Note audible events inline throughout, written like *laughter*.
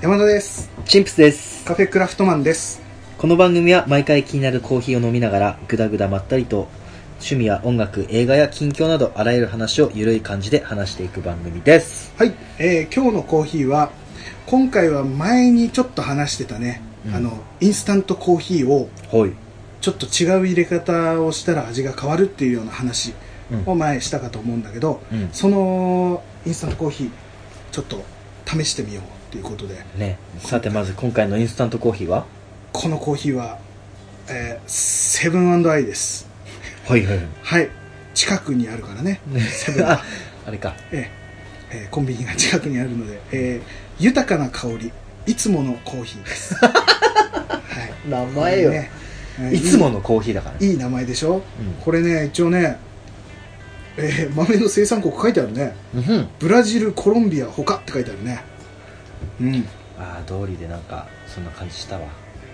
山田ですチンプスですカフェクラフトマンですこの番組は毎回気になるコーヒーを飲みながらぐだぐだまったりと趣味や音楽映画や近況などあらゆる話をゆるい感じで話していく番組ですはい、えー今日のコーヒーは今回は前にちょっと話してたね、うんあのインスタントコーヒーをはいちょっと違う入れ方をしたら味が変わるっていうような話うんを前したかと思うんだけど、うんそのインスタントコーヒーちょっと試してみようっていうことでねさてまず今回のインスタントコーヒーはこのコーヒーは、えーセブンアイですはいはいはい近くにあるからね、セブン *laughs* ああれかえーえーコンビニが近くにあるので、えー豊かな香りいつものコーヒー *laughs* です、はい、名ねえーいつものコーヒーだからねいいいい名前でしょ、うんこれね一応ね、えー豆の生産国書いてあるねうんブラジルコロンビア他って書いてあるねうんああ通りでなんかそんな感じしたわ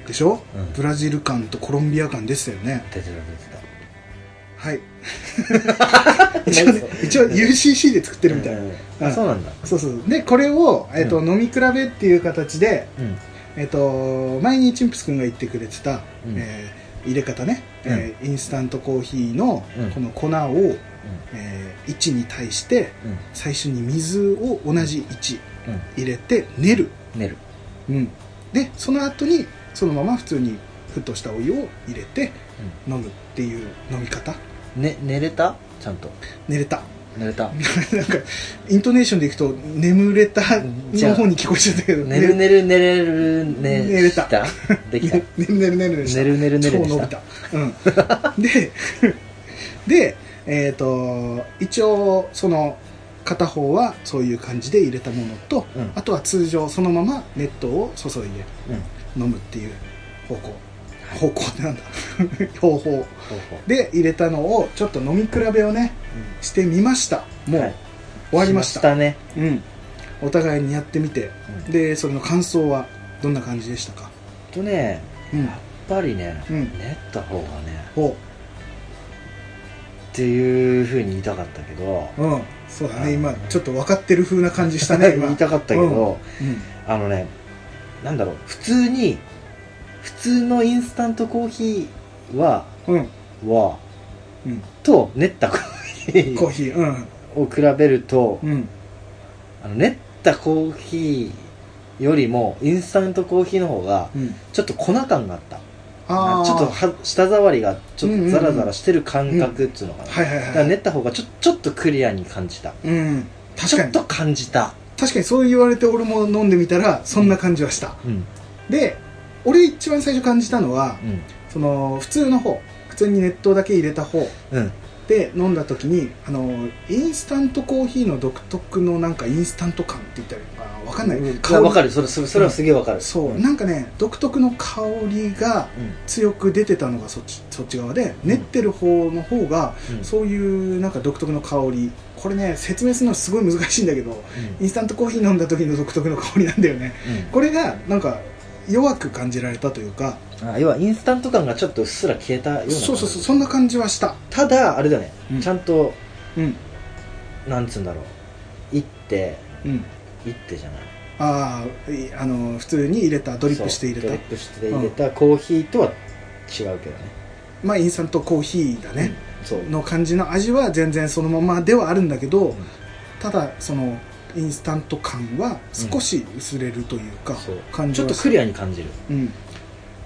でしょ、うんブラジル感とコロンビア感でしたよね出てた出てはい *laughs* た一応ね一応 UCC で作ってるみたいな、うんあそうなんだそうそうでこれを、えーとう飲み比べっていう形でうんえっと、前にチンプス君が言ってくれてた、うんえー入れ方ね、えーインスタントコーヒーのうんこの粉を、えー、1に対してうん最初に水を同じ1うんうん入れて練る、寝るうん、でその後にそのまま普通に沸騰したお湯を入れて飲むっていう飲み方ね寝れたちゃんと寝れた *laughs* 寝れたなんかイントネーションでいくと「眠れた」の方に聞こえちゃったけど寝ねる寝る寝れるね寝れたしたできたね *laughs* 寝る寝る寝る寝る寝る寝る寝るで超伸びしたた、うん、で *laughs* でえっ、と一応その片方はそういう感じで入れたものと、うんあとは通常そのまま熱湯を注いでうん飲むっていう方向方向ってなんだ *laughs* 方法ほうほうで入れたのをちょっと飲み比べをねしてみましたもうはい終わりました,、しねうん、お互いにやってみて、うんでそれの感想はどんな感じでしたか、とねうんやっぱりねうん寝た方がねほっていうふうに言いたかったけどううん、そうだあーね今ちょっと分かってる風な感じした *laughs* ね今言いたかったけどうんあのねなんだろう普通に普通のインスタントコーヒーはうん、はうん、と練ったコーヒコーーヒーうんを比べるとうんあの練ったコーヒーよりもインスタントコーヒーの方がうんちょっと粉感があったああちょっとは舌触りがちょっとザラザラしてる感覚っていうのかな、はいはだいかはらい、練った方がちょちょっとクリアに感じたうん確ちかょっにと感じた、確かにそう言われて俺も飲んでみたらそんな感じはした、うんで俺一番最初感じたのはうんその普通の方普通に熱湯だけ入れた方うん、で飲んだ時にあのインスタントコーヒーの独特のなんかインスタント感って言ったらいいのかな分かんない、うん香りあわかるそれそれそれはすげえわかる、そう、んなんかね独特の香りがうん強く出てたのがそっちそっち側で練ってる方の方がうんそういうなんか独特の香りこれね説明するのすごい難しいんだけどインスタントコーヒー飲んだ時の独特の香りなんだよねうんこれがなんか弱く感じられたというかあ要はインスタント感がちょっとうっすら消えたような感じそうそうそうそんな感じはしたただあれだね、うんちゃんとうんなんつうんだろう行ってうん行ってじゃないああいあの普通に入れたドリップして入そうれドたリップして入れたコーヒーとは違うけどねまあインスタントコーヒーだね、うんそうの感じの味は全然そのままではあるんだけど、んただそのインスタント感は少し薄れるというか、そう感ちじょっはとすクるリアに感じるうん、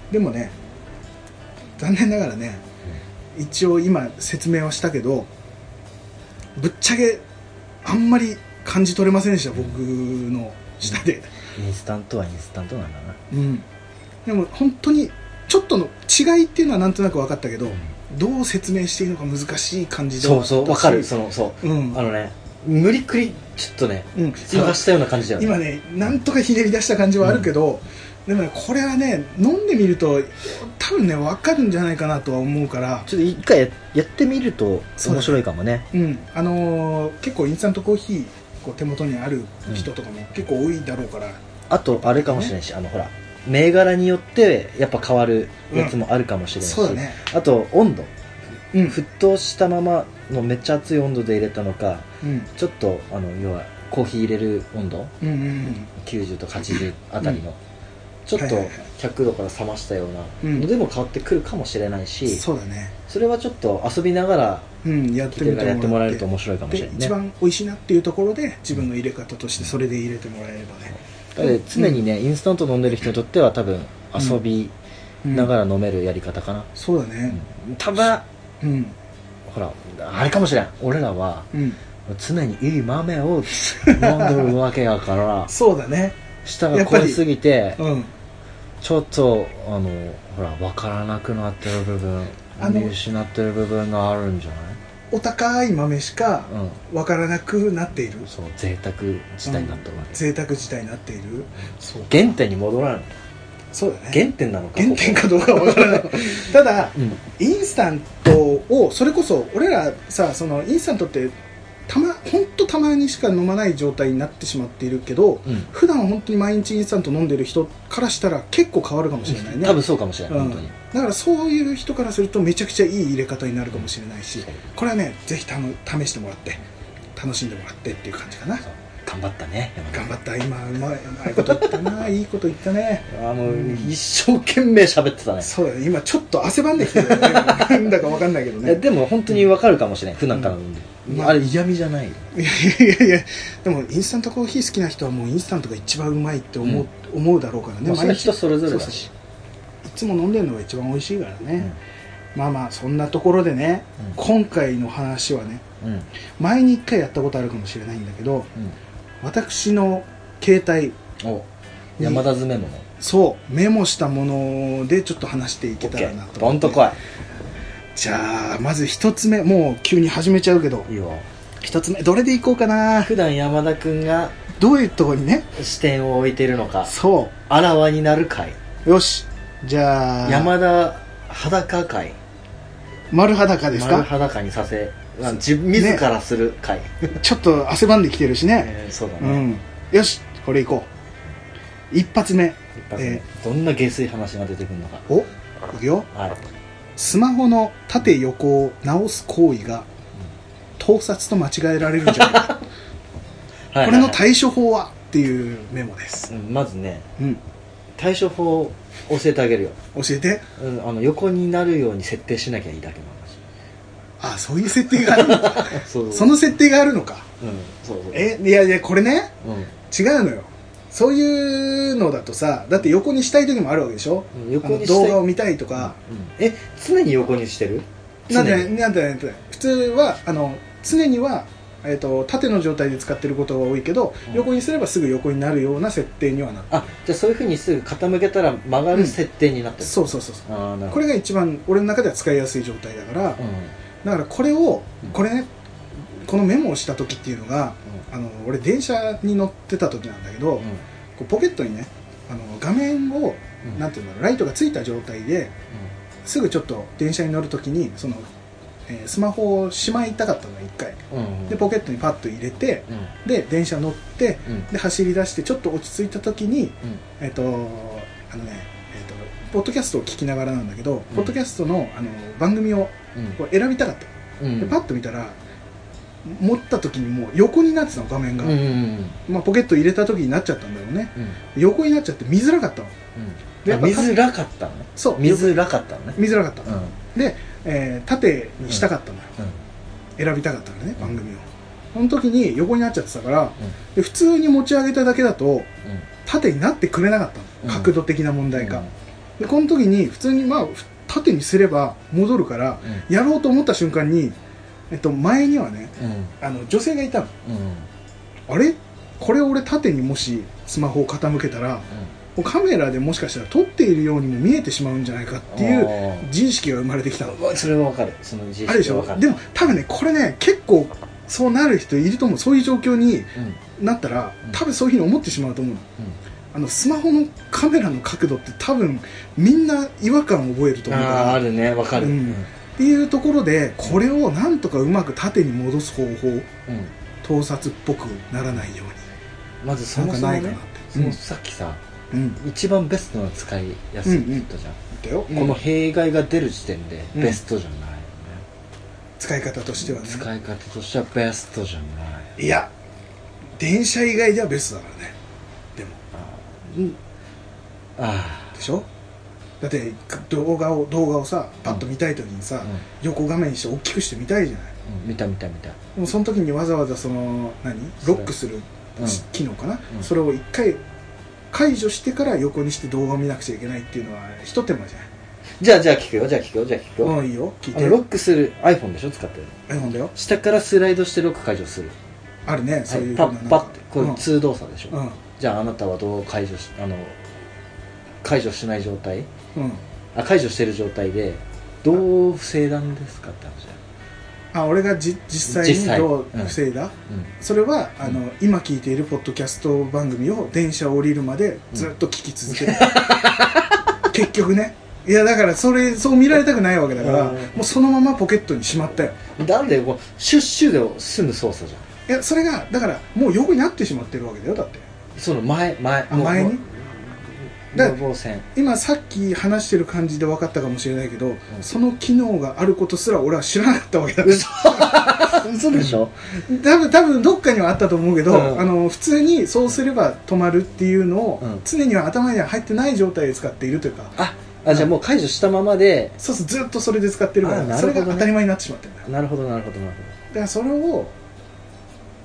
でもね残念ながらね、一応今説明はしたけどぶっちゃけあんまり感じ取れませんでした、僕の下で、インスタントはインスタントなんだなうん、でも本当にちょっとの違いっていうのはなんとなく分かったけど、どう説明していいのか難しい感じでそうそうわかるそののそう、うんあのね無理くりちょっとねうん、探したような感じだよね今ねなんとかひねり出した感じはあるけど、でもねこれはね飲んでみると多分ね分かるんじゃないかなとは思うからちょっと一回ややってみるとそうだね面白いかもねうんあのー結構インスタントコーヒーこう手元にある人とかも結構多いだろうから、あとあれかもしれないし、あのほら銘柄によってやっぱ変わるやつもあるかもしれないし、そうだねあと温度うん沸騰したままのめっちゃ熱い温度で入れたのかうんちょっとあの要はコーヒー入れる温度うんうん90と80あたりの、ちょっはといはいはい100度から冷ましたよううなんのでも変わってくるかもしれないし、うんそうだねそれはちょっと遊びながらうんやって聞いてみるからやっててももららっえるてと面白いかもしでれない一ね番美味しいなっていうところで自分の入れ方としてそれで入れてもらえればね、だって常にね、インスタント飲んでる人にとっては多分遊びうんながら飲めるやり方かな、そうだねただうんほらあれかもしれん俺らはうん常にいい豆を飲んでるわけや *laughs* からそうだね舌が肥えすぎてうんちょっとあのほら分からなくなってる部分あの見失ってる部分があるんじゃなお高い豆しかいわからなくなっているうんそう贅沢時代になったわけ、贅沢自体になっているそう原点に戻らないそうだね原点なのか原点かどうかはわからないただここうんインスタントをそれこそ俺らさそのインスタントってたまほんとたまにしか飲まない状態になってしまっているけどうん普段本当に毎日インスタント飲んでる人からしたら結構変わるかもしれないね多分そうかもしれない、うんん、本当にだからそういう人からするとめちゃくちゃいい入れ方になるかもしれないしこれはねぜひたの試してもらって楽しんでもらってっていう感じかなそう頑張ったね山田頑張った今うまいうまいこと言ったないいこと言った *laughs* ねあの、うん一生懸命喋ってたねそうだね今ちょっと汗ばんできてるよねなんだかわかんないけどいやねでも本当にわかるかもしれない、普段から飲んで、うんあれ嫌味じゃないよいやいやいやでもインスタントコーヒー好きな人はもうインスタントが一番うまいって思う,、思うだろうからねまあ、そ毎れは日い人それぞれだしつも飲んでるのが一番美味しいからうね、まあまあそんなところでね、うん今回の話はねんうん前に一回やったことあるかもしれないんだけど私の携帯うんお山田詰めもねそうメモしたものでちょっと話していけたらな OK とド思ンってと来じゃあまず一つ目もう急に始めちゃうけどいいいよ一つ目どれでいこうかな普段山田君がどういうとこにね視点を置いてるのかそあらわになる回うよしじゃあ山田裸回丸裸です丸か裸にさせあ自自らする回、ちょっと汗ばんできてるしね、えーそうだうね、んよしこれいこう一発目一発目えどんな下水話が出てくるのかおいくよはいスマホの縦横を直す行為が盗撮と間違えられるんじゃないかはいこれの対処法はっていうメモです、うんまずねうん、対処法を教えてあげるよ、教えてうん、あの横になるように設定しなきゃいいだけの話あそういう設定があるのか *laughs* そ *laughs* うその設定があるのかうんそうそうえいやいやこれねう違うのよそういうのだとさだって横にしたい時もあるわけでしょん、横あのにした動い画を見たいとか、うんえ常に横にしてる常なんにでなんでなんで普通はあの常には、えー、と縦の状態で使ってることが多いけど、うん横にすればすぐ横になるような設定にはなるあじゃあそういうふうにすぐ傾けたら曲がる設定になってる、そうそうそうそうああなるこほどれが一番俺の中では使いやすい状態だから、うんうんだからこれをうんこれねこのメモをした時っていうのがあの俺電車に乗ってた時なんだけど、こうポケットにねあの画面を、うんなんていうんだろうライトがついた状態ですぐちょっと電車に乗る時にその、えースマホをしまいたかったの一回うんうんでポケットにパッと入れてうんで電車乗ってうんで走り出してちょっと落ち着いた時にうんえっ、とあのねえっ、とポッドキャストを聞きながらなんだけど、ポッドキャストのあの番組をうんこう選びたかったうんでパッと見たら持った時にもう横になってたの画面うが、んうんうんまあ、ポケット入れた時になっちゃったんだろうねうん横になっちゃって見づらかったのうんやっぱ見づらかったのねそう見づらかったのね見づらかったうの、んで、えー縦にしたかったのよ、選びたかったのね番組をその時に横になっちゃってたから、で普通に持ち上げただけだとうんうん縦になってくれなかったの、うん角度的な問題が、でこの時に普通にまあふ縦にすれば戻るからうんやろうと思った瞬間に、えっと、前にはねうんあの女性がいたのうんうんあれこれ俺縦にもしスマホを傾けたらもうカメラでもしかしたら撮っているようにも見えてしまうんじゃないかっていうあ自意識が生まれてきたのーうわそれはわかるその自意あるでし識はょわかるでも多分ねこれね結構そうなる人いると思うそういう状況にうんうんなったらうん多分そういうふうに思ってしまうと思うのあのスマホのカメラの角度って多分みんな違和感を覚えると思うかあああらっるねわかるううんんていうところでこれをなんとかうまく縦に戻す方法うん盗撮っぽくならないようにまずそもそもなんかないかねなってそうんのさっきさうん一番ベストな使いやすいって言ったじゃんだよこの弊害が出る時点でベストじゃないよね使い方としてはね使い方としてはベストじゃないいや電車以外ではベストだからねでもうんあでしょだって動画を動画をさパッと見たい時にさ、うん横画面にして大きくして見たいじゃないあ、うん見た見た見たもうその時にわざわざその何ロックするうん機能かな、うんそれを一回解除してから横にして動画を見なくちゃいけないっていうのはひと手間じゃないじゃあじゃあ聞くよじゃあ聞くよじゃあ聞くよ、うんいいよ聞いあてのよロックする iPhone でしょ使ってるの iPhone だよ下からスライドしてロック解除するあるねそういうふうパななんかッパッてこうれん通動作でしょ、うんじゃああなたはどう解除しあの解除しない状態うんあ解除してる状態でどう防いだんですかって話だよ、あ俺がじ実際実に際どううん防いだ、うん、それはあの、今聞いているポッドキャスト番組を電車を降りるまでずっと聞き続ける、結局ねいやだからそれそう見られたくないわけだから、うんもうそのままポケットにしまったよなんでこうシュッシュで済む操作じゃんいやそれがだからもう横になってしまってるわけだよだってその前前あ前にだ予防線今さっき話してる感じで分かったかもしれないけど、んその機能があることすら俺は知らなかったわけだ嘘 *laughs* 嘘でしょ、多分多分どっかにはあったと思うけど、うんあの普通にそうすれば止まるっていうのを、うん常には頭には入ってない状態で使っているというかああじゃあもう解除したままでそうそうずっとそれで使ってるから、あなるそほどれねが当たり前になってしまってるんだよなるほどなるほどなるだからそれを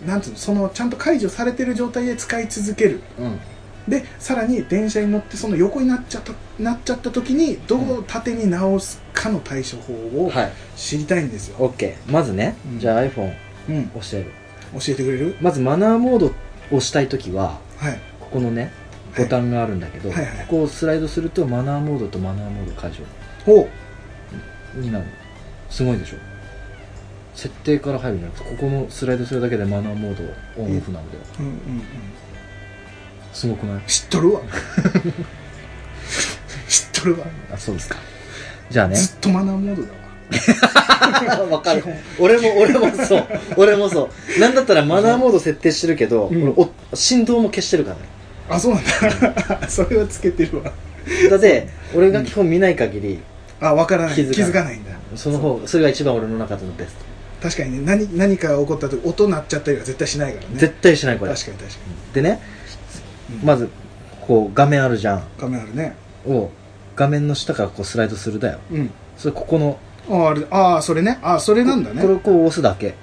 なんていうのそのちゃんと解除されてる状態で使い続けるほどうんでさらに電車に乗ってその横になっちゃったなっちゃった時にどう縦に直すかの対処法をはい知りたいんですよ、 OK まずね、うんじゃあ iPhone うん、教押してやるえてくれるまずマナーモードを押したい時ははいここのねはいボタンがあるんだけど、はいはいここをスライドするとマナーモードとマナーモード解除ほうになるすごいでしょ設定から入るんじゃなくてここのスライドするだけでマナーモードオンオフなんだようんうんうんすごくない知っとるわ *laughs* 知っとるわあそうですかじゃあねずっとマナーモードだわ *laughs* わかる基本俺も俺もそう俺もそうなんだったらマナーモード設定してるけど、うん俺お振動も消してるからねあそうなんだ *laughs* それはつけてるわだって俺が基本見ない限りあわからない気気づづかなかないいんだその方それが一番俺の中でのベスト、確かにね何何か起こった時音鳴っちゃったりは絶対しないからね絶対しないこれ確かに確かでねに、うんまずこう画面あるじゃんカメラあるねを画面の下からこうスライドするだようんそれここのあーあれあーそれねあーそれなんだねこれをこう押すだけ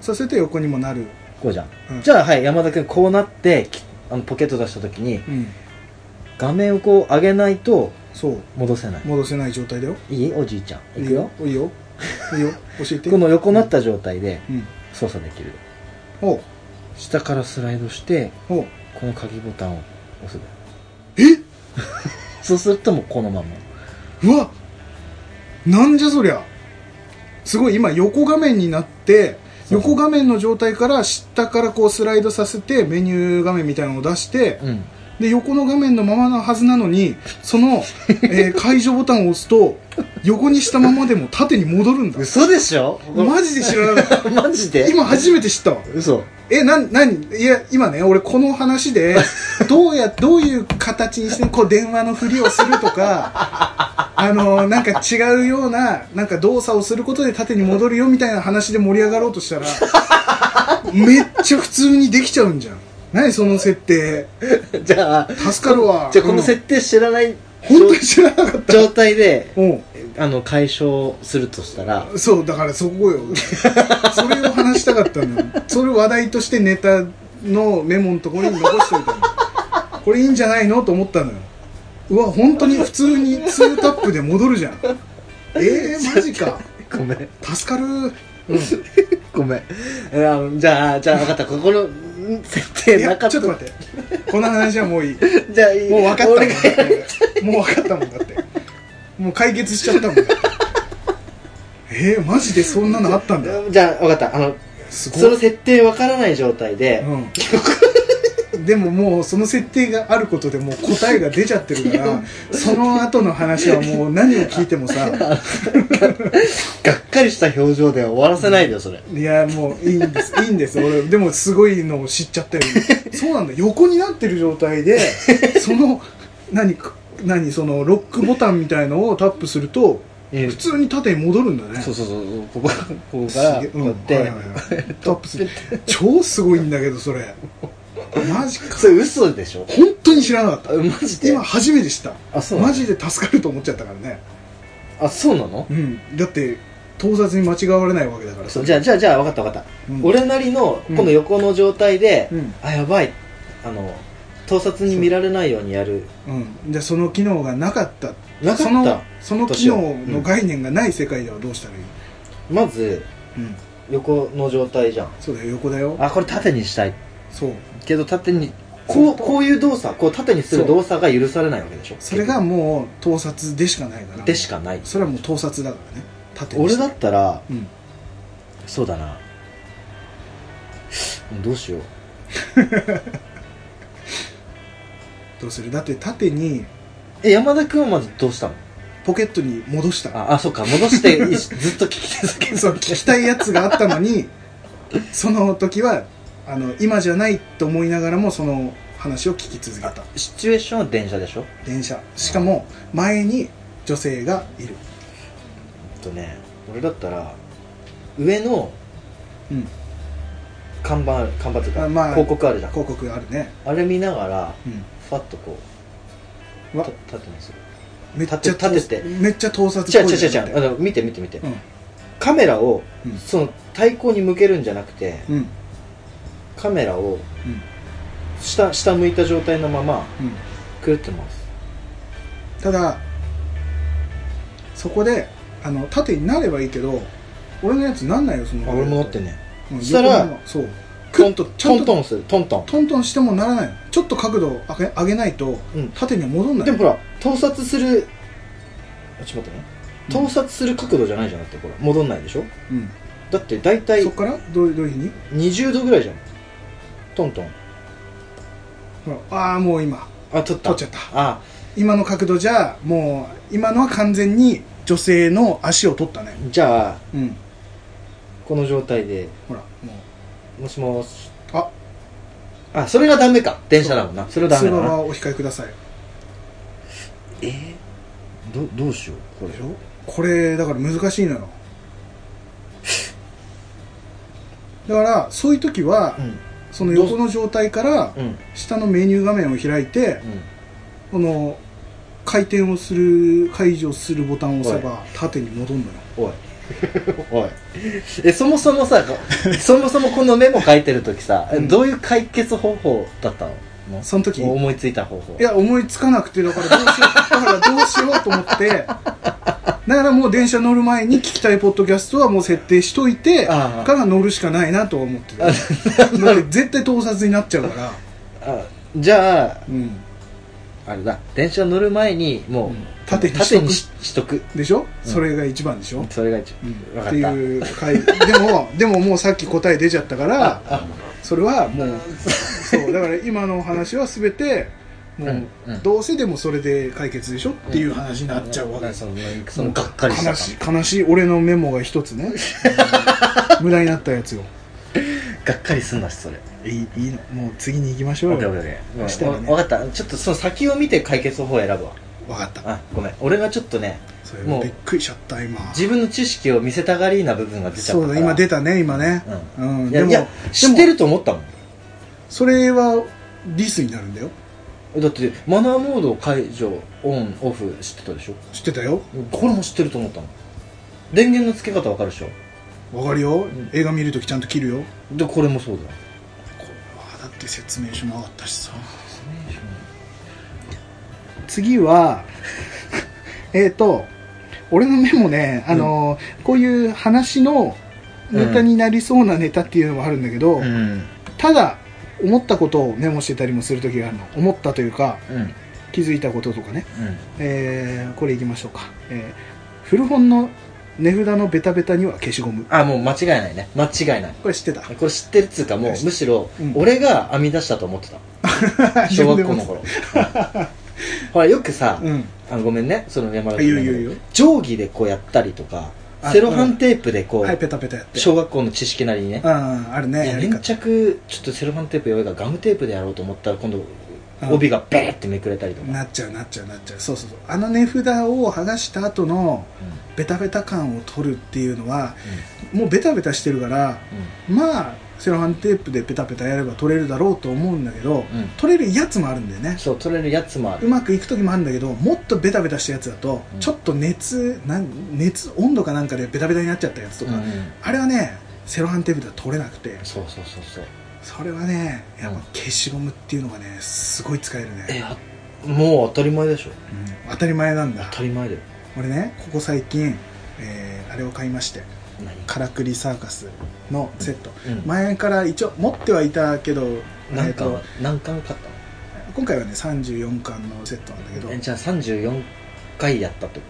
そうすると横にもなる、こうじゃん、うんじゃあはい山田君こうなってきあのポケット出した時にうん、画面をこう上げないとそう戻せない戻せない状態だよいいおじいちゃんいくよいいよいいよ教えてこの横になった状態でうん操作できるおう下からスライドしておうこの鍵ボタンを押すだえよそうするともうこのままうわなんじゃそりゃすごい今横画面になってそうそう横画面の状態から下からこうスライドさせてメニュー画面みたいなのを出してうんで横の画面のままのはずなのにその、 *laughs* えー解除ボタンを押すと横にしたままでも縦に戻るんだ *laughs* 嘘でしょマジで知らなかっ *laughs* マジたで今初めて知ったわ嘘 *laughs* えなん何いや今ね俺この話でどうやどういう形にしてこう電話のふりをするとか *laughs* あのなんか違うようななんか動作をすることで縦に戻るよみたいな話で盛り上がろうとしたら *laughs* めっちゃ普通にできちゃうんじゃん何その設定じゃあ助かるわじゃあこうのん設定知らない本当に知らなかった状態でうんあの解消するとしたらそうだからそこ *laughs* よそれを話したかったのよそれを話題としてネタのメモのところに残しておいたのよこれいいんじゃないのと思ったのようわ本当に普通に2タップで戻るじゃんえー、マジかごめん助かるごめんえあのじゃあじゃあ分かったここのん設い定なやかっちたょっと待ってこの話はもういいじゃあいいもう分かったもん俺だがってもう分かったもんだってもう解決しちゃったもんだってえー、マジでそんなのあったんだじゃあ分かったあのすごいその設定分からない状態で、うん、でももうその設定があることでもう答えが出ちゃってるからその後の話はもう何を聞いてもさがっかりした表情では終わらせないでよそれ、いやもういいんですいいんです俺でもすごいのを知っちゃったよそうなんだ横になってる状態でその何か何そのロックボタンみたいのをタップするとええ普通に縦に戻るんだねそうそうそうここここすからげえこううんやって、はいはいはいタップする超すごいんだけどそれマジかそれ嘘でしょ本当に知らなかったあマジで今初めて知ったあそうなのマジで助かると思っちゃったからねあそうなのうんだって盗撮に間違われないわけだからそうじゃあじゃあじゃあ分かった分かった、うん俺なりのうんこの横の状態で、うんあやばいあの盗撮に見られないようにやるうんじゃあその機能がなかったなかったそのその機能うのん概念がない世界ではどうしたらいいまずうん横の状態じゃんそうだよ横だよあこれ縦にしたいそうけど縦にこうこういう動作こう縦にする動作が許されないわけでしょそれがもう盗撮でしかないからでしかないそれはもう盗撮だからね縦にし俺てだったらうんそうだなどうしようどうするだって縦にえ山田君はまずどうしたのポケットに戻したああそっか戻して *laughs* いずっと聞き続けるそう聞きたいやつがあったのにその時はあの今じゃないと思いながらもその話を聞き続けたシチュエーションは電車でしょうん電車しかも前に女性がいるとね俺だったら上のうん看板ある看板というか、あまあ広告あるじゃん広告あるねあれ見ながらうんファッとこううわた縦にするめっちゃ立て立ててめっちゃ盗撮っぽい違う違う違うじゃん違うあの見て見て見て、うんカメラをうんその対向に向けるんじゃなくてうんうんカメラを下下向いた状態のままうんくるってますただそこであの縦になればいいけど俺のやつなんないよそのあ俺もなってんねんうんそしたら横のそうトクンントとンちゃんとトンするトントントントンしてもならないのちょっと角度を上げ上げないとうん縦には戻んないでもほら盗撮するあちょっと待ってねうん盗撮する角度じゃないじゃなくてほら戻んないでしょうんだって大体そっからどういうどういうふうに20度ぐらいじゃんトントンほらああもう今あ撮った撮っちゃったあ今の角度じゃもう今のは完全に女性の足を取ったねじゃあうんこの状態でほらももしもしうああそれがダメか電車だもんなそれはダメ通だ話なはお控えくださいえーどどうしようこれでしょこれだから難しいのよだからそういう時は、うんその横の状態からうん下のメニュー画面を開いて、この回転をする解除するボタンを押せば縦に戻るのようんおい *laughs* おいえそもそもさこ *laughs* そもそもこのメモ書いてる時さ、うんどういう解決方法だったのその時い思いついた方法や思いつかなくてだからどうしようだからどうしようと思って *laughs* だからもう電車乗る前に聞きたいポッドキャストはもう設定しといてああから乗るしかないなとは思って *laughs* ただって絶対盗撮になっちゃうからあじゃあうんあれだ電車乗る前にもう、うん縦にしとく縦にししとくでしょ、うんそれが一番でしょ、それが一う番、ん分っかてったいう回でもでももうさっき答え出ちゃったからあそれはもうそうだから今のお話は全てもう、うんうんどうせでもそれで解決でしょっていう話になっちゃうわけうんです、そのそのがっかりした悲しい悲しい俺のメモが一つ *laughs* ね無駄になったやつよがっかりすんなしそれいいいいのもう次に行きましオょッうケーオよッケーオしッケたらーわね分かったちょっとその先を見て解決方法を選ぶわ分かったあごめん俺がちょっとねそれもうびっくりしちゃった今自分の知識を見せたがりな部分が出ちゃったそかうらだ今出たね今ねうん、いでやもいや知ってると思ったもんそれはリスになるんだよだってマナーモード解除オンオフ知ってたでしょ知ってたよこれも知ってると思ったの電源の付け方わかるでしょわかるよ、ん映画見るときちゃんと切るよでこれもそうだこれはだって説明書もなかったしさ次は *laughs* えっと俺のメモねあの、こういう話のネタになりそうなネタっていうのもあるんだけど、うんただ思ったことをメモしてたりもする時があるの思ったというかうん気づいたこととかね、えーこれいきましょうか、えー古本の値札のベタベタには消しゴ *laughs* ムあもう間違いないね間違いないこれ知ってたこれ知ってるっつうかもうむしろうん俺が編み出したと思ってた小学校の頃 *laughs* ほらよくさうんあごめんねその山田いいよいいよいいよ定規でこうやったりとかあセロハンテープでこはいペうタペタやって小学校の知識なりにねあああるいねややり方粘着ちょっとセロハンテープやばいからガムテープでやろうと思ったら今度うん帯がベーってめくれたりとかなっちゃうなっちゃうなっちゃうそうそうそうあの値札を剥がした後のうんベタベタ感を取るっていうのはもうベタベタしてるからうんまあセロハンテープでペタペタやれば取れるだろうと思うんだけど、うん取れるやつもあるんだよねそう取れるやつもあうるまくいく時もあるんだけどもっとベタベタしたやつだと、うんちょっと熱なん熱温度かなんかでベタベタになっちゃったやつとうんか、うんあれはねセロハンテープでは取れなくてそうそうそうそうそれはねやっうぱん消しゴムっていうのがねすごい使えるえね、あもう当たり前でしょうん当たり前なんだ当たり前だよ俺ねここ最近、えーあれを買いましてカラクリサーカスのセット、何、うん前から一応持ってはいたけど何えー巻と何巻買ったの今回はね34巻のセットなんだけど、えじゃあ34回やったってこ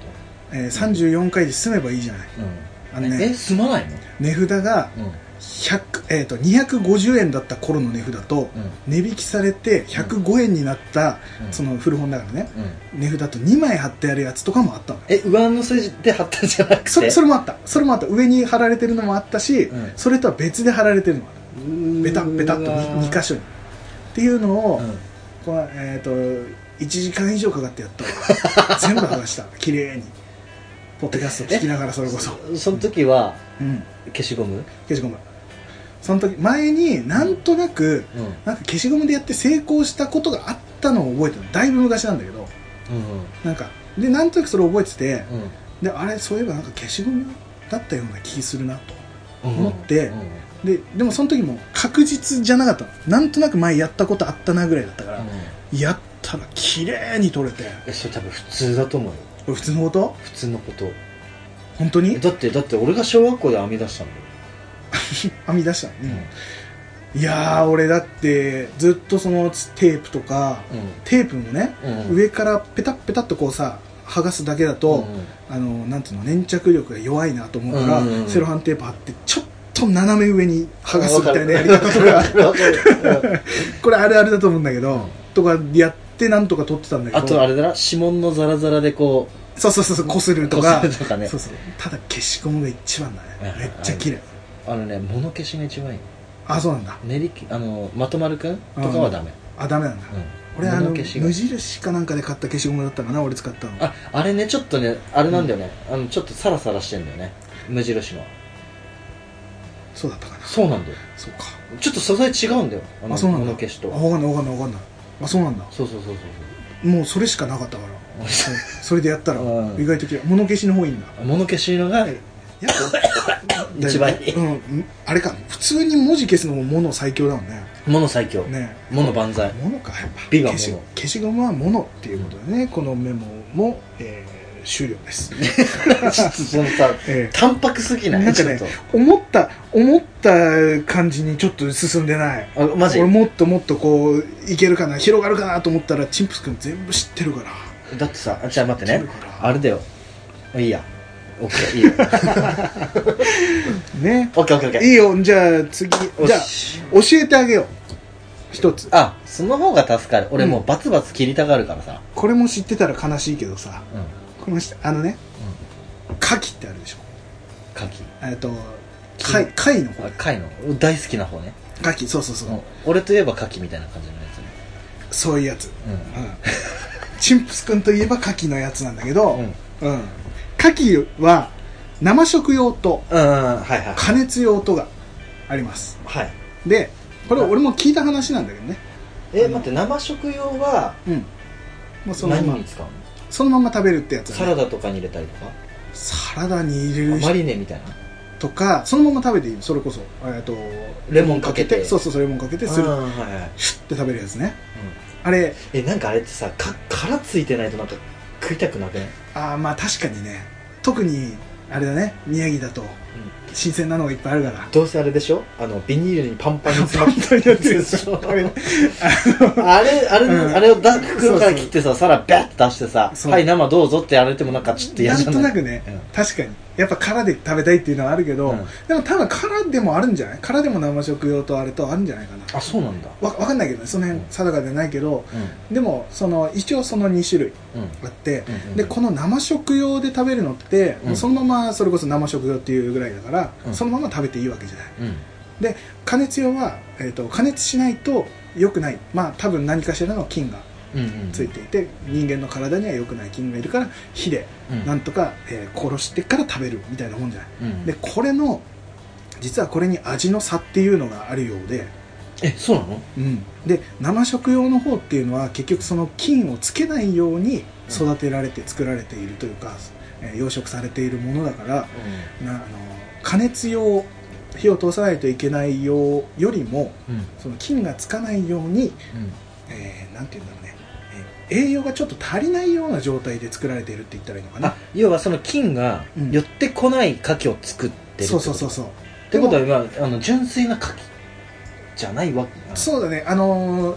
えー34回で済めばいいじゃないと、あのねえすまないの値札がうん100、えー、と250円だった頃の値札とうん値引きされて105円になった、うんその古本だからねうん値札と2枚貼ってあるやつとかもあったのえ上乗せで貼ったんじゃなくてそそれもあったそれもあった上に貼られてるのもあったし、うんそれとは別で貼られてるのもあるうーわベタッベタッと 2, 箇所にっていうのを、うんこのえっ、と1時間以上かかってや *laughs* ったわ全部剥がした綺麗にポッドキャスト聞きながらそれこそ、その時はうん、消しゴム消しゴムその時前になんとなくうんなんか消しゴムでやって成功したことがあったのを覚えてるだいぶ昔なんだけどうんなんかでなんとなくそれを覚えててうんであれそういえばなんか消しゴムだったような気するなとうん持ってうんででもその時も確実じゃなかったのなんとなく前やったことあったなぐらいだったから、やったら綺麗に取れてえそれ多分普通だと思うよこれ普通のこと普通のこと本当にえだってだって俺が小学校で編み出したんだよ *laughs* 編み出したの、いやー俺だってずっとそのテープとかテープもね、うん上からペタッペタッとこうさ剥がすだけだと、あのなんていうの粘着力が弱いなと思うから、うんうんうんセロハンテープ貼ってちょっと斜め上に剥がすみたいなやり方とかこれあるあるだと思うんだけど、とかやってなんとか取ってたんだけどあとあれだな指紋のザラザラでこそうそうそうそうこするうとかこするとかねそうそうただ消しゴムが一番だねうんめっちゃ綺麗あのね物消しが一番いいあそうなんだ練りきあのまとまるくんとかはダメ、あダメなんだ、うん俺あの物無消しが印かなんかで買った消しゴムだったかな俺使ったのああれねちょっとねあれなんだよね、あのちょっとサラサラしてんだよね無印のそうだったかなそうなんだよそうかちょっと素材違うんだよあのあそうなんだ物消しとあ分かんない分かんない分かんないあそうなんだそうそうそうそうもうそれしかなかったからそそうそれでやったら *laughs* うん意外とき物消しの方いいんだう物消しのがやっぱ一番いいうん、あれか普通に文字消すのも物最強だもんね物最強、ね物 *laughs* 万歳物かやっぱ美が消し物消しゴムは物っていうことでね、このメモも、えー終了です、 *laughs* ちょっとそのさえ淡白すぎーないなんかちょっねと思った思った感じにちょっと進んでないあマジ俺もっともっとこういけるかな広がるかなと思ったらチンプス君全部知ってるからだってさあじゃあ待ってね知ってるからあれだよいいや OK いい *laughs* よね OKOKOK いいよじゃあ次じゃあ教えてあげよう一つあその方が助かる俺もううんバツバツ切りたがるからさ、これも知ってたら悲しいけどさうん、この人あのね牡蠣ってあるでしょカキえっと貝貝のあ方貝の大好きな方ね、牡蠣そうそうそう、うん、俺といえばカキみたいな感じのやつねそういうやつ、うん、チンプス君といえば牡蠣のやつなんだけど、ううんん牡蠣は生食用とうんうんはいはい加熱用とがありますはいでこれ俺も聞いた話なんだけどねえ待って生食用はうんもうその何ままに使うのそのまま食べるってやつ、ね、サラダとかに入れたりとかサラダに入れるマ人リネみたいなとかそのまま食べていいそれこそ、えっとレモンかけてそうそうそうレモンかけてするうんはいはいシュッて食べるやつねあれえなんかあれってさか殻ついてないとなんか食いたくなくないあーまあ確かにね特にあれだね宮城だと新鮮なのがいっぱいあるからどうせあれでしょあのビニールにパンパンに詰まっパンパンにたややっつてるででししょょあれあれあれ、うんあれをだ袋そうからそう切ってさ皿ビャッと出してさ「そうはい生どうぞ」ってやられてもなんかちょっと嫌なじんゃないとなくね、うん確かにやっぱ殻で食べたいっていうのはあるけど、うんでも多分殻でもあるんじゃない殻でも生食用とあれとあるんじゃないかなあそうなんだわわかんないけどねその辺うん定かでないけどうんでもその一応その2種類うんあって、うんうんでこの生食用で食べるのって、うんそのままそれこそ生食用っていうぐらいだから、うんそのまま食べていいわけじゃないうんで加熱用は、えー、と加熱しないと良くないまあ多分何かしらの菌がうんうんついていて、人間の体には良くない菌がいるから火でうんなんとか、えー殺してから食べるみたいなもんじゃない、うんでこれの実はこれに味の差っていうのがあるようで、えそうなのうん、で生食用の方っていうのは結局その菌をつけないように育てられて作られているというか、えー養殖されているものだからなあの加熱用火を通さないといけない用よりもうんうんその菌がつかないように、えーなんて言うんだろうね、えー栄養がちょっと足りないような状態で作られているって言ったらいいのかなあ要はその菌がうん寄ってこない牡蠣を作ってるってそうそうそううそうってことは今あの純粋な牡蠣じゃないわけうそうだねあのー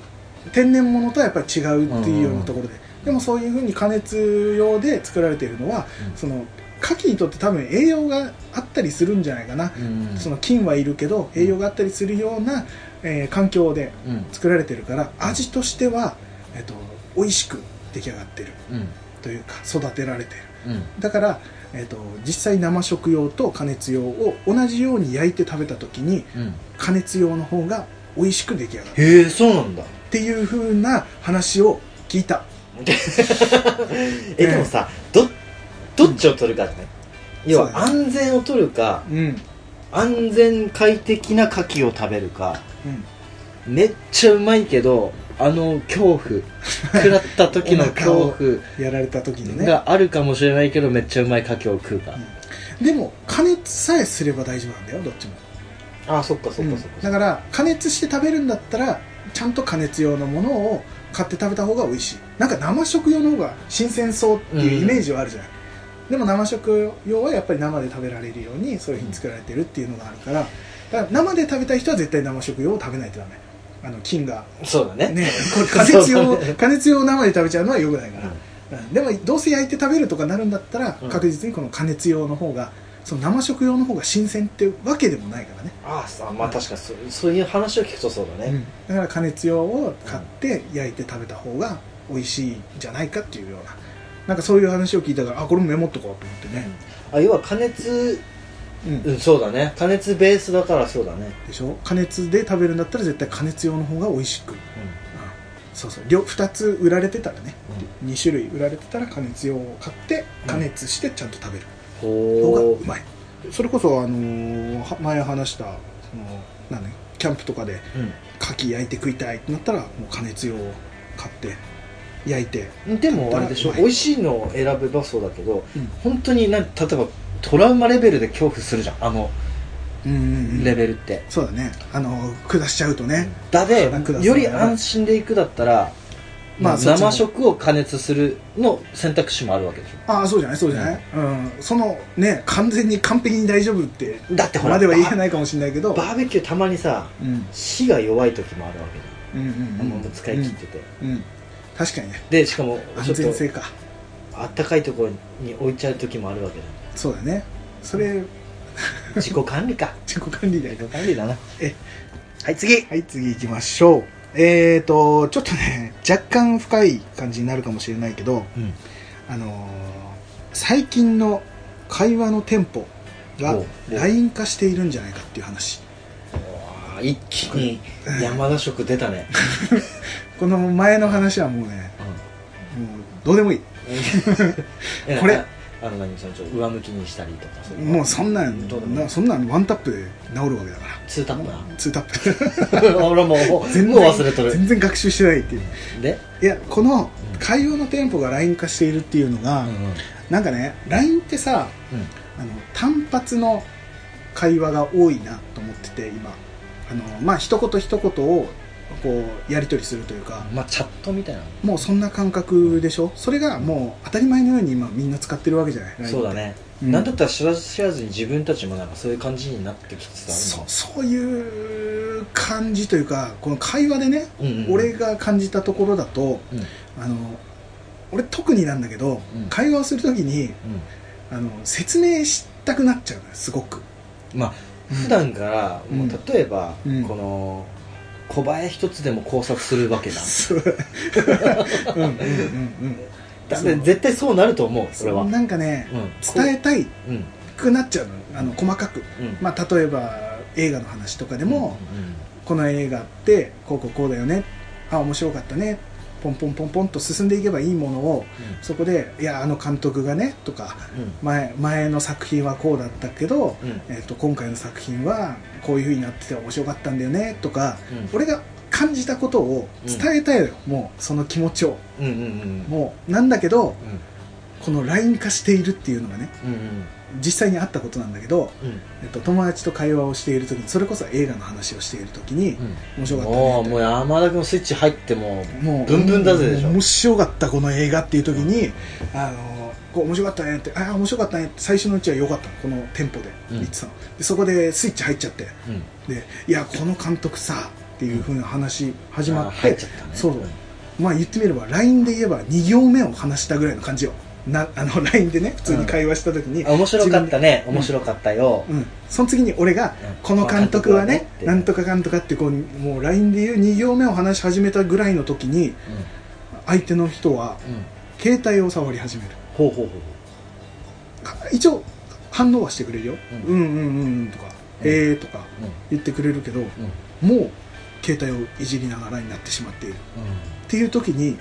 天然物とはやっぱり違うっていうようなところで、でもそういうふうに加熱用で作られているのは、うんその牡蠣にとって多分栄養があったりするんじゃないかな、うんその菌はいるけど栄養があったりするような、えー環境でうん作られてるから味としては、えっと美味しく出来上がってるうんというか育てられてるうんだから、えっと実際生食用と加熱用を同じように焼いて食べた時にうん加熱用の方が美味しく出来上がるへえそうなんだっていう風な話を聞いたえでもさどどっちを取るかじゃない要そうはだね安全を取るかうんうん安全快適な牡蠣を食べるかめっちゃうまいけどあの *laughs* 恐怖食らった時の恐やられた時に怖ねがあるかもしれないけどめっちゃうまい牡蠣を食うかでも加熱さえすれば大丈夫なんだよどっちもあそっかそうんだから加熱して食べるんだったらちゃんと加熱用のものを買って食べた方が美味しいなんか生食用の方が新鮮そうっていうイメージはあるじゃない、でも生食用はやっぱり生で食べられるようにそういうふうに作られてるっていうのがあるからだから生で食べたい人は絶対生食用を食べないとダメあの菌がそうだねねこれ加熱 *laughs* そ用うだね加熱用を生で食べちゃうのはよくないから、うんうんでもどうせ焼いて食べるとかなるんだったらうん確実にこの加熱用の方がその生食用の方が新鮮ってわけでもないからねああさまあ確かにそうそういう話を聞くとそうだねだから加熱用を買って焼いて食べた方が美味しいんじゃないかっていうようななんかそういう話を聞いたからあこれもメモっとこうと思ってね、あ要は加熱うんうんそうだね加熱ベースだからそうだねでしょ加熱で食べるんだったら絶対加熱用の方が美味しく、うんそうそう両2つ売られてたらね2種類売られてたら加熱用を買って加熱してちゃんと食べる方がほうまい、それこそ、あのーは前話したそのなんだねキャンプとかでう牡蠣焼いて食いたいってなったらもう加熱用を買って焼いてうんでもあれでしょうまい美味しいのを選べばそうだけどうん本当になん例えばトラウマレベルで恐怖するじゃんあのうんうんうんレベルって、そうだねあの下しちゃうとね、だで楽だそうだねより安心でいくだったら、まあまあ、そっちも生食を加熱するの選択肢もあるわけでしああそうじゃないそうじゃない、うんそのね完全に完璧に大丈夫ってょだってほらまでは言えバないかもしれないけどーバーベキューたまにさうん火が弱い時もあるわけで、うんうんうんもう使い切ってて、うん、うん確かにねでしかもち安ょっ全と性かあったかいところに置いちゃう時もあるわけだそうだねそれ自己管理か自己管理だよ自己管理だなえはい次はい次行きましょうえーとちょっとね若干深い感じになるかもしれないけどうんあのー最近の会話のテンポがおう LINE 化しているんじゃないかっていう話あー一気に山田食出たね、この前の話はもうねもうどうでもいいうんこれあの何そのちょっと上向きにしたりとかそういうもうそんなんどうでもいいなそんなんワンタップで治るわけだからツータップなツータップ *laughs* *laughs* 俺もうもう全然忘れとる全然学習してないっていうで、いやこのうん会話のテンポが LINE 化しているっていうのが、なんかね LINE ってさあの単発の会話が多いなと思ってて今あのまあ一言一言をこうやり取りするというか、まあチャットみたいなもうそんな感覚でしょそれがもう当たり前のように今みんな使ってるわけじゃない LINE そうだね、うんなんだったら知らず知らずに自分たちもなんかそういう感じになってきつつあそるそういう感じというかこの会話でね、のうんうん俺が感じたところだとうんあの俺特になんだけど、うん会話をするときにあの説明したくなっちゃうのよすごく、うんまあ普段から、うんもう例えば、うんこの小林一つでも考察するわけだそううんうんうんうんだって絶対そうなると思うそ俺は、うなんかね、うん、伝えたいえうんくなっちゃうのよあの細かく、うんまあ、例えば映画の話とかでも、うんこの映画ってこうこうこうだよねあ面白かったねポンポンポンポンと進んでいけばいいものをそこで「いやあの監督がね」とか前前の作品はこうだったけど、うんえっと今回の作品はこういうふうになってて面白かったんだよねとか、うん俺が感じたことを伝えたいのよ、もうその気持ちをうんうんうんもうなんだけどうんこの LINE 化しているっていうのがねうんうん実際にあったことなんだけど、うんえっと、友達と会話をしている時にそれこそ映画の話をしている時に、面白かったもねうもう山田君スイッチ入ってももブンブンだぜでしょ面白かったこの映画っていう時に、あのこう面白かったねってああ面白かったねって最初のうちは良かったのこのテンポでうん言ってたの、でそこでスイッチ入っちゃってう、うん、でいやこの監督さっていうふうな話始まっあて入っちゃったねそうまあ言ってみれば LINE で言えば2行目を話したぐらいの感じよな *laughs* あの LINE でね普通に会話した時に、あ面白かったねん面白かったよ、うん、その次に俺がうん「この監督はねこの監督はなねんとかかんとか」ってこうもう LINE で言う2行目を話し始めたぐらいの時に相手の人はうんうん携帯を触り始めるほうほうほうほか一応反応はしてくれるよ「ううん、うんうんうん」とか「うんええ」とかううん言ってくれるけどもうんう携帯をいじりながらになってしまっているっていう時に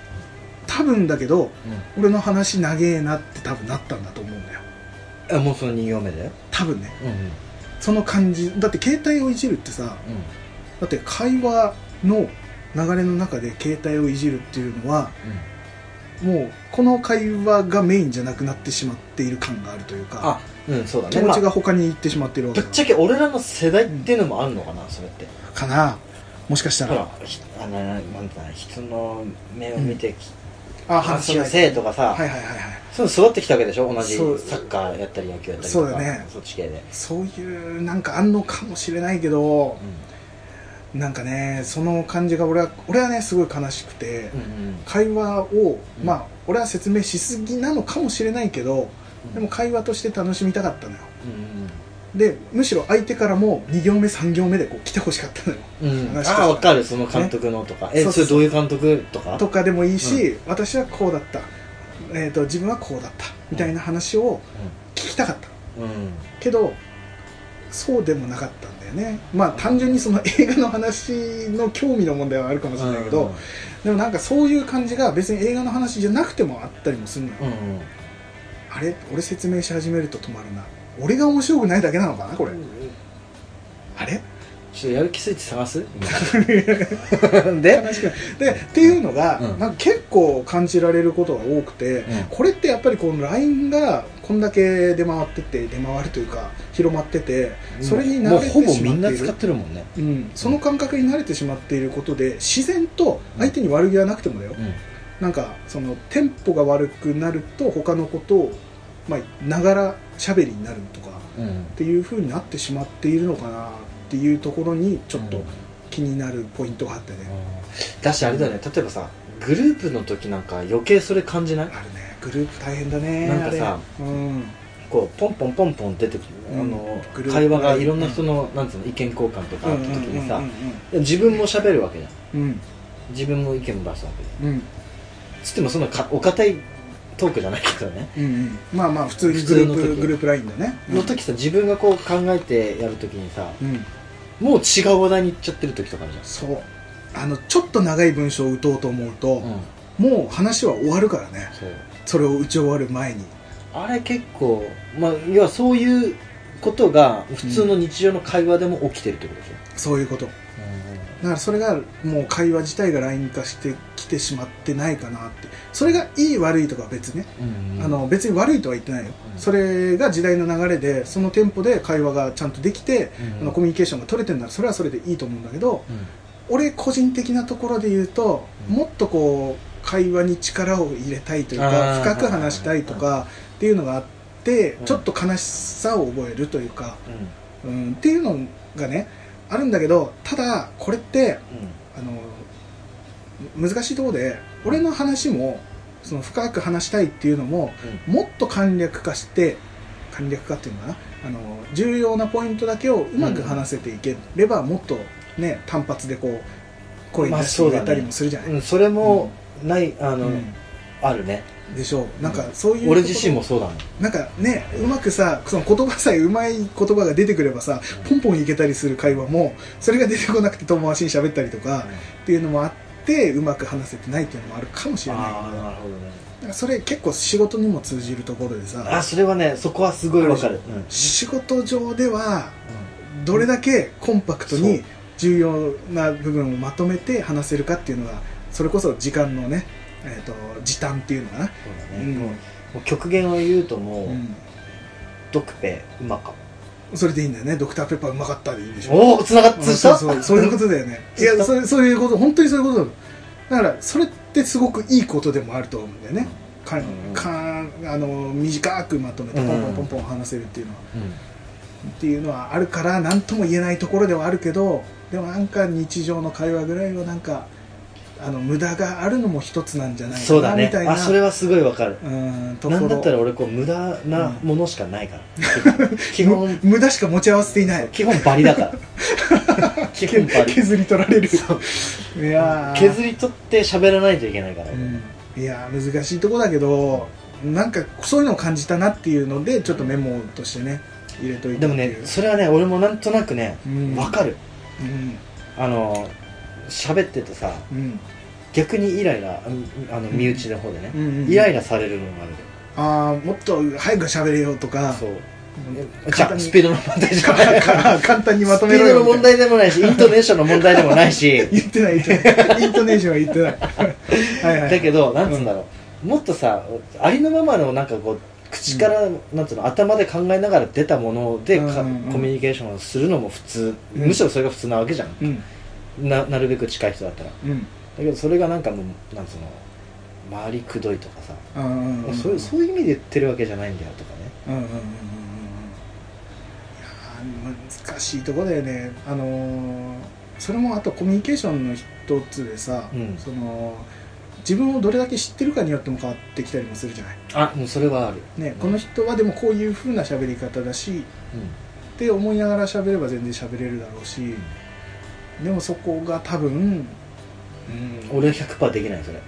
多分だけど俺の話長えなって多分なったんだと思うんだようんあもうその2行目だよ多分ねうんうんうんその感じだって携帯をいじるってさだって会話の流れの中で携帯をいじるっていうのはもうこの会話がメインじゃなくなってしまっている感があるというかあうんそうだね気持ちまが他に行ってしまっているあわぶけっだちゃけ俺らの世代っていうのもあるのかなそれってかなもしかしたほららひあのなんだ人の目を見てきあ話のはいせいとかさ、はいはいはいそういうの育ってきたわけでしょ同じそうサッカーやったり野球やったりそとうだかねそっち系で、そういうなんかあんのかもしれないけどなんかねその感じが俺は俺はねすごい悲しくてうんうんうん会話をうんまあ俺は説明しすぎなのかもしれないけどうんでも会話として楽しみたかったのようでむしろ相手からも2行目3行目でこう来てほしかったのよんうんう話ん、としてああ分かるその監督のとか、えそうそそうれどういう監督とかとかでもいいし、私はこうだった、えー、と自分はこうだったみたいな話を聞きたかったうん、うんけどそうでもなかったんだよねまあ単純にその映画の話の興味の問題はあるかもしれないけど、でもなんかそういう感じが別に映画の話じゃなくてもあったりもするのよ、うんうんあれ俺説明し始めると止まるな俺が面白くないだけなのかなこれ、あれちょっとやる気スイッチ探すで、悲しくない *laughs* でっていうのが、うんなんか結構感じられることが多くて、うんこれってやっぱりこの LINE がこんだけ出回ってて出回るというか広まっててそれに慣もれうてほぼしみまんなってい使っるてるもんねうん、その感覚に慣れてしまっていることで自然と相手に悪気はなくてもだよ、うんなんかそのテンポが悪くなると他のことをまあながら喋りになるとかうんっていう風になってしまっているのかなっていうところにちょっと気になるポイントがあってね、だしあれだよね例えばさグループの時なんか余計それ感じないあるねグループ大変だねなんかさあれうんこうポンポンポンポン出てくる、うんあのグループ会話がいろんな人の、なんつうの意見交換とかあった時にさ、自分も喋るわけじゃんうん自分も意見も出すわけじゃんうんうんつってもそんなかお堅いトークじゃないけどねうんうんまあまあ普通にグルー普通のプ時グループラインだねの時さ自分がこう考えてやるときにさうんもう違う話題に行っちゃってる時とかあるじそうあのちょっと長い文章を打とうと思うとゃん、うんもう話は終わるからねそうそれを打ち終わる前にあれ結構まあ要はそういうことが普通の日常の会話でも起きてるってことでしょ、そういうことだからそれがもう会話自体が LINE 化してきてしまってないかなってそれがいい悪いとかは別ねうんあの別に悪いとは言ってないよ、うんそれが時代の流れでそのテンポで会話がちゃんとできて、うんあのコミュニケーションが取れてるならそれはそれでいいと思うんだけどうん俺個人的なところで言うと、うんもっとこう会話に力を入れたいというあかー深く話したいとかっていうのがあって、うんちょっと悲しさを覚えるというか、うんうん、っていうのがねあるんだけどただこれってあのむ難しいところで俺の話もその深く話したいっていうのももっと簡略化して簡略化っていうのかなあの重要なポイントだけをうまく話せていければ、もっとね単発でこう声に出してくれたりもするじゃない、うんうんそれもないあの、うんあるねでしょうなんかそういう俺自身もそうだもんなんかねうまくさその言葉さえうまい言葉が出てくればさポンポンいけたりする会話もそれが出てこなくて遠回しに喋ったりとかっていうのもあってうまく話せてないっていうのもあるかもしれないああなるほどねだからそれ結構仕事にも通じるところであさそれはねそこはすごいわかるうん仕事上ではどれだけコンパクトにそう重要な部分をまとめて話せるかっていうのがそれこそ時間のね、えー、と時短っていうのかな、そうだうね、んもうもう極限を言うともう、うドクペうまかん、それでいいんだよねドクターペッパーうまかったでいいでしょおおつながっうんつそうたそうそういうことだよねいつったや *laughs* それそういうこと本当にそういうことだだからそれってすごくいいことでもあると思うんだよねかうんかあの短くまとめてポンポンポンポン話せるっていうのは、うんっていうのはあるから何とも言えないところではあるけどでもなんか日常の会話ぐらいはなんかあの無駄があるのも一つなんじゃないそうかだな、ねみたいなあそれはすごいわかるうんとこなろんだったら俺こう無駄なものしかないから基む本無駄しか持ち合わせていない基本バリだから *laughs* 基本バリ削り取られるそういやー削り取って喋らないといけないから、いやー難しいとこだけどなんかそういうのを感じたなっていうのでちょっとメモとしてね入れといたでもっねていうそれはね俺もなんとなくねうんわかるうんあの喋っててさうん逆にイライラあの身内の方でね、うんうんイライラされるのがあるああもっと早く喋れよとかそううんじゃあスピードの問題じゃ簡な *laughs* い単にか簡単にまとめろスピーよドの問題でもないしイントネーションの問題でもないし言って *laughs* ない言ってないイントネーションは言ってないはいはいだけどなんつうんだろう、もっとさありのままのなんかこう口から、なんつうの頭で考えながら出たものでか、うんうんうんコミュニケーションをするのも普通、うんむしろそれが普通なわけじゃんうんななるべく近い人だったらだうんけどそれがなんかもうなんつうの周りくどいとかさ、あーうんうんそういうそういう意味で言ってるわけじゃないんだよとかねうんうんうんうんうんうんいやー難しいとこだよねあのーそれもあとコミュニケーションの一つでさ、うんその自分をどれだけ知ってるかによっても変わってきたりもするじゃない、あもうそれはあるねこの人はでもこういう風な喋り方だしって思いながら喋れば全然喋れるだろうしでもそこが多分、うん、俺は100%できないそれ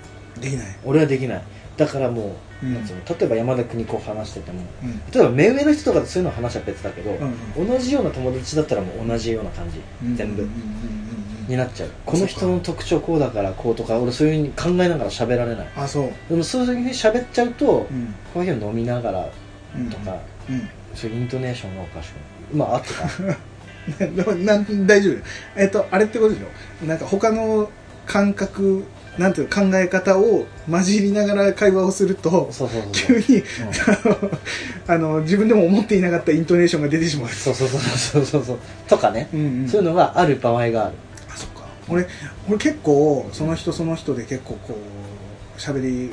できない、俺はできないだからもうう、んなんつうの例えば山田君にこう話しててもうん例えば目上の人とかとそういうの話は別だけど、うん同じような友達だったらもう同じような感じ、うん、全部うんうんうんうんになっちゃうこの人の特徴こうだからこうとか俺そういう風に考えながら喋られないあそう、でもそういう風に喋っちゃうと、うんコーヒーを飲みながらうん、とか、うんそういうイントネーションがおかしくなるまああって *laughs* でたもなん *laughs* 大丈夫よえっとあれってことでしょなんか他の感覚なんていうの考え方を混じりながら会話をするとそうそうそうそう急に *laughs* あの自分でも思っていなかったイントネーションが出てしまうそうそうそうそうそうそうとかね、んそういうのがある場合があるあそっか俺俺結構その人その人で結構こう喋り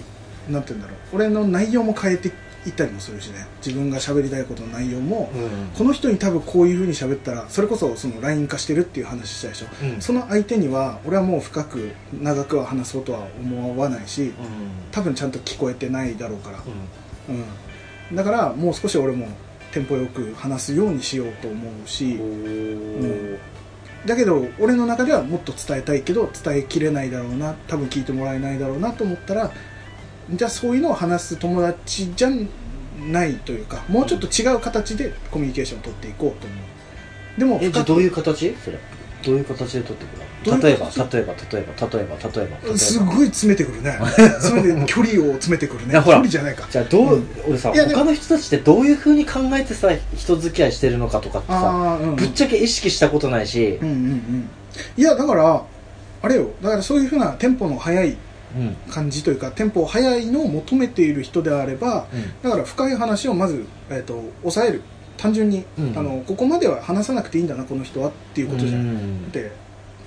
なんて言うんだろう俺の内容も変えていったりもするしね自分が喋りたいことの内容も、この人に多分こういうふうに喋ったらそれこそその LINE 化してるっていう話したでしょうん、うんその相手には俺はもう深く長くは話そうとは思わないし多分ちゃんと聞こえてないだろうから、うん、だからもう少し俺もテンポよく話すようにしようと思うしうんだけど俺の中ではもっと伝えたいけど伝えきれないだろうな多分聞いてもらえないだろうなと思ったらじゃあそういうのを話す友達じゃないというかもうちょっと違う形でコミュニケーションを取っていこうと思うでもえじゃ深あくどういう形それどういう形で取ってくるのどう例いえうば形例えば例えば例えば例えば例えばすごい詰めてくる *laughs* ねそれで距離を詰めてくるいねや距ほら離じゃないかじゃあどう、うん俺さいやでも他の人たちってどういう風に考えてさ人付き合いしてるのかとかってさ、ああうんぶっちゃけ意識したことないしう、んうんうんいやだからあれよだからそういうふうなテンポの速いうんうん感じというかテンポ速いのを求めている人であればだから深い話をまず、えー、と抑える単純に、うんあのここまでは話さなくていいんだなこの人はっていうことじゃなくうんて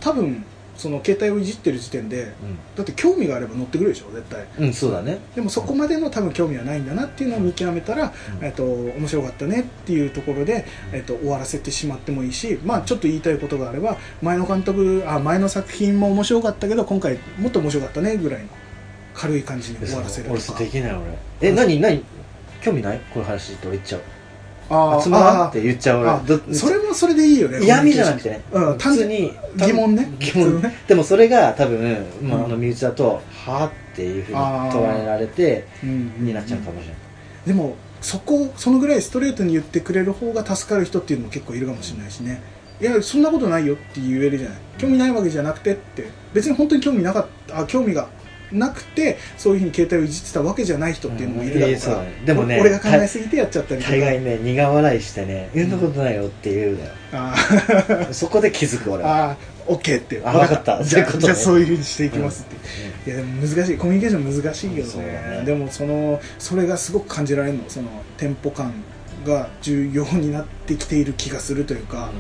多分その携帯をいじってる時点でだって興味があれば乗ってくるでしょ絶対うんうんそうだねでもそこまでの多分興味はないんだなっていうのを見極めたら、うんえっと面白かったねっていうところで、えっと終わらせてしまってもいいし、まあ、ちょっと言いたいことがあれば前の監督あ前の作品も面白かったけど今回もっと面白かったねぐらいの軽い感じに終わらせると俺そかれできない俺え何何興味ないこの話って俺言っちゃうああーつまらんあーって言っちゃうあ俺どそれもそれでいいよね嫌味じゃなくてね、うん普通に疑問ね疑普問通ねでもそれが多分、まうあ、んあの身内だと、はあっていうふうにあー捉えられてにになっちゃうかもしれない、でもそこそのぐらいストレートに言ってくれる方が助かる人っていうのも結構いるかもしれないしねいやそんなことないよって言えるじゃない興味ないわけじゃなくてって別に本当に興味なかったあ興味がなくてそういうふうに携帯をいじってたわけじゃない人っていうのもいるだろうから、うんいやそうでもね俺が考えすぎてやっちゃったりとか大概ね苦笑いしてね「んそんなことないよ」って言うんだよ、あそこで気づくー俺はあー OK ってあわかったじゃあそういうことねじゃあそういうふうにしていきますって、いやでも難しいコミュニケーション難しいけどそうねだねでもそのそれがすごく感じられるのそのテンポ感が重要になってきている気がするというか、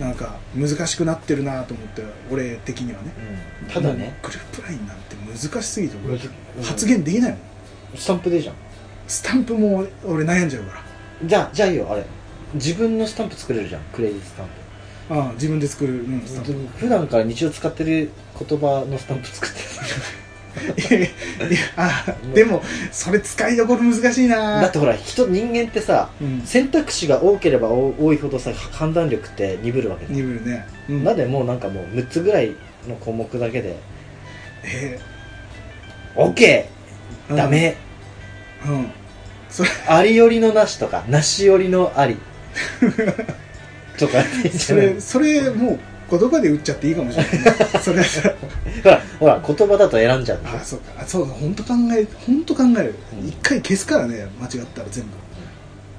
なんか難しくなってるなと思って俺的にはねうんただねもうグループラインなんて難しすぎて俺むず発言できないもんスタンプでいいじゃんスタンプも俺悩んじゃうかじゃあじゃあいいよあれ自分のスタンプ作れるじゃんクレジットスタンプらああ自分で作る、うん、スタンプ普段から日常使ってる言葉のスタンプ作ってるいやいやああでもそれ使いどころ難しいなだってほら人人間ってさうん選択肢が多ければ多多いほどさ判断力って鈍るわけだ、鈍るね、うん、なんでもうなんかもう6つぐらいの項目だけでえ OK、うんダメーうんそれあり寄りのなしとかなし寄りの *laughs* ありとかそれそれもう言葉で打っちゃっていいかもしれ *laughs* ない、ね、それはさほらほら言葉だと選んじゃうんでしょあそうかあそうだ本当考え本当考えるうん一、回消すからね間違ったら全部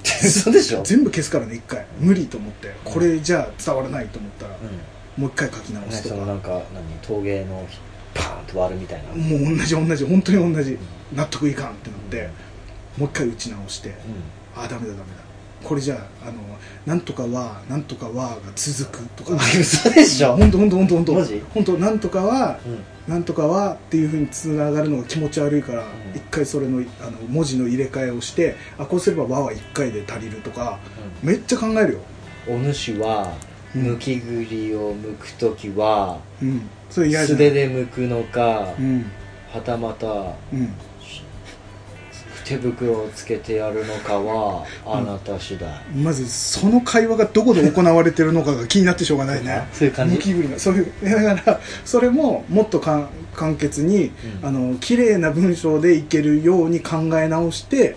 嘘でしょ、全部消すからね一回無理と思ってこれじゃあ伝わらないと思ったら、うもう一回書き直んね、すとそか、のなんか何陶芸のパーンと割るみたいな、もう同じ同じ本当に同じ納得いかんってなって、もう一回打ち直してうああダメだダメだこれじゃああのなんとかはなんとかはが続くとかん、嘘でしょ、本当本当本当本当マジ本当なんとかはうんなんとかはっていうふうにつながるのが気持ち悪いから、ん一回それのあの文字の入れ替えをしてあこうすれば「わ」は一回で足りるとかめっちゃ考えるよ、お主はうんむき栗をむく時はうん、それ嫌じゃ素な手いでむくのかうんはたまたうん手袋をつけてやるのかはあなた次第、まずその会話がどこで行われてるのかが気になってしょうがないねそういう感じムキブリなそういうだからそれももっとかん簡潔に、うんあの綺麗な文章でいけるように考え直して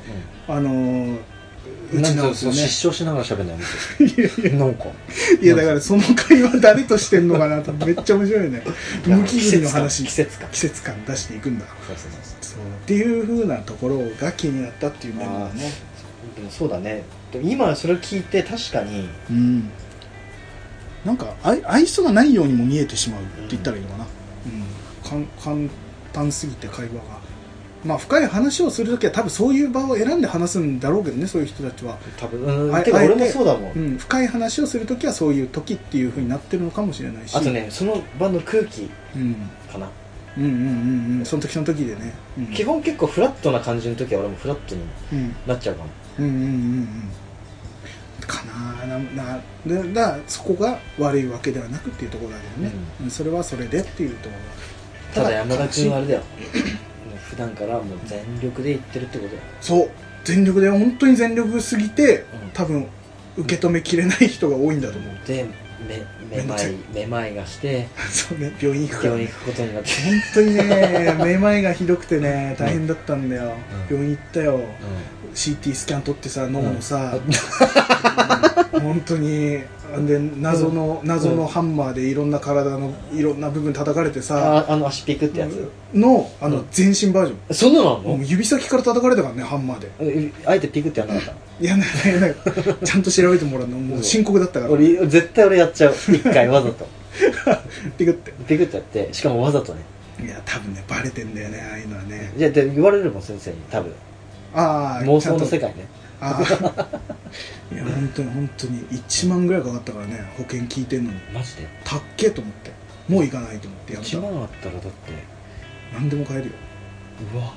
あのう打ん、なちん直かすそようね失笑しながら喋るのやめて *laughs* なんかいやだからその会話誰としてんのかなとめっちゃ面白いよねムキブリの話季節感季節感季節感出していくんだそうそうそうそうそうっていう風なところが気になったっていう面だねでもそうだねでも今それを聞いて確かにうんなんか愛愛想がないようにも見えてしまうって言ったらいいのかな、うんかん簡単すぎて会話がまあ深い話をするときは多分そういう場を選んで話すんだろうけどねそういう人たちは、多分うあんてかあえて俺もそうだもん、うん、深い話をするときはそういう時っていう風になってるのかもしれないしあと、ねその場の空気うん、かな、うんうんうんうんその時その時でね、うん、基本結構フラットな感じの時は俺もフラットにうんなっちゃうかもうんうんうんうんかなあななでだからそこが悪いわけではなくっていうところだけどね、うんそれはそれでっていうところただ山田君はあれだよもう普段からもう全力で言ってるってことだよそう全力で本当に全力すぎて、うん多分受け止めきれない人が多いんだと思うでめめまいめまいがしてそうね病院行くから病院行くことになって、本当にねめまいがひどくてね大変だったんだよ、うん病院行ったよ CT スキャン取ってさ脳の *laughs* さ、うん本当にで謎の、謎のハンマーでいろんな体のいろんな部分叩かれてさ、ああの足ピクってやつ、のあの、うん全身バージョンそんなのあんものう指先から叩かれたからねハンマーでえあえてピクってやんなかっいやなんかなんかちゃんと調べてもらうのもう深刻だったかたら俺絶対俺やっちゃう一回わざと *laughs* ピクってピクってやってしかもわざとねいや多分ねバレてんだよねああいうのはねじゃあで言われるもん先生に多分ああ妄想の世界界ねあ *laughs* あいや本当に本当に1万ぐらいかかったからね保険聞いてんのにマジでたっけと思ってもう行かないと思ってやめ1た万あったらだって何でも買えるようわ本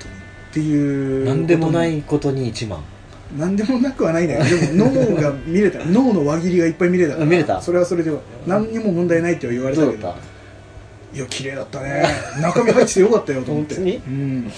当にっていう何でもないことに1万何でもなくはないんだよでも脳が見れ *laughs* た脳の輪切りがいっぱい見れたから見れたそれはそれでは何にも問題ないって言われたどけうだどっいや綺麗だったね中身入っててよかったよと思って本当にうん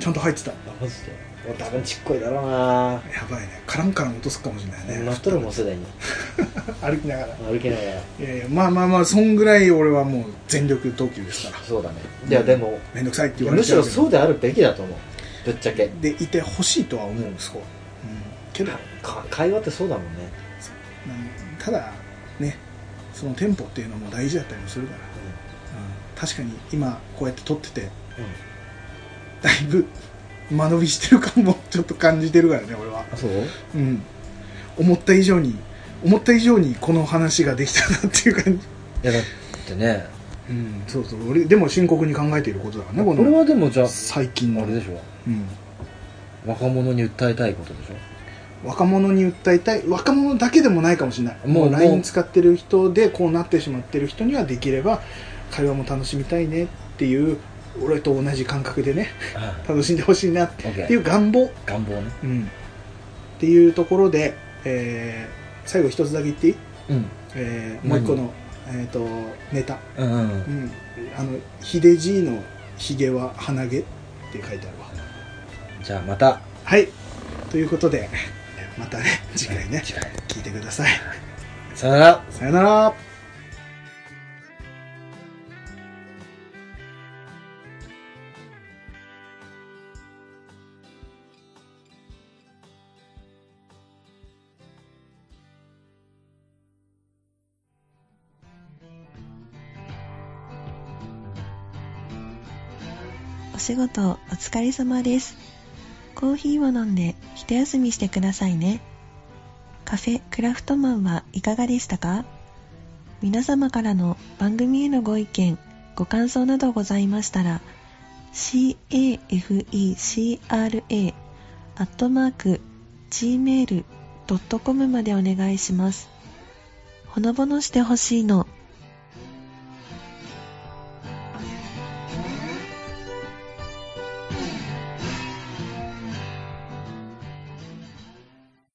ちゃんと入ってたやたあマジでもう多分ちっこいだろうなばいねカランカラン落とすかもしれないねなっとるもんすでに *laughs* 歩きながら歩けないからいやいやまあまあまあそんぐらい俺はもう全力投球ですからそうだねいやでもめんどくさいって言われむちしゃろうけどそうであるべきだと思うぶっちゃけでいてほしいとは思うそこ、うん、けどか会話ってそうだもんねなんただねそのテンポっていうのも大事だったりもするから、うん確かに今こうやって撮っててだいぶ間延びしてる感もちょっと感じてるからね俺はあそううん思った以上に思った以上にこの話ができたなっていう感じいやだってねうんそうそう俺でも深刻に考えていることだからねここれのはでもじゃあ最近のあれでしょうん若者に訴えたいことでし若者に訴えたい若者だけでもないかもしれないももううもう LINE 使ってる人でこうなってしまってる人にはできれば会話も楽しみたいねっていう俺と同じ感覚でね *laughs* ょああ楽しんでほしいなってい OK う願望、願望ねうん、っていうところで、えー最後一つだけ言っていい、うんえーもう一個の、えー、とネタ、うんうんうんうん、あの秀じいのひげは鼻毛って書いてあるわじゃあまたはいということでまたね次回ね次回聞いてくださいさよならさよならお仕事お疲れ様です。コーヒーを飲んで一休みしてくださいね。カフェクラフトマンはいかがでしたか皆様からの番組へのご意見、ご感想などございましたら、cafecra.gmail.com までお願いします。ほのぼのしてほしいの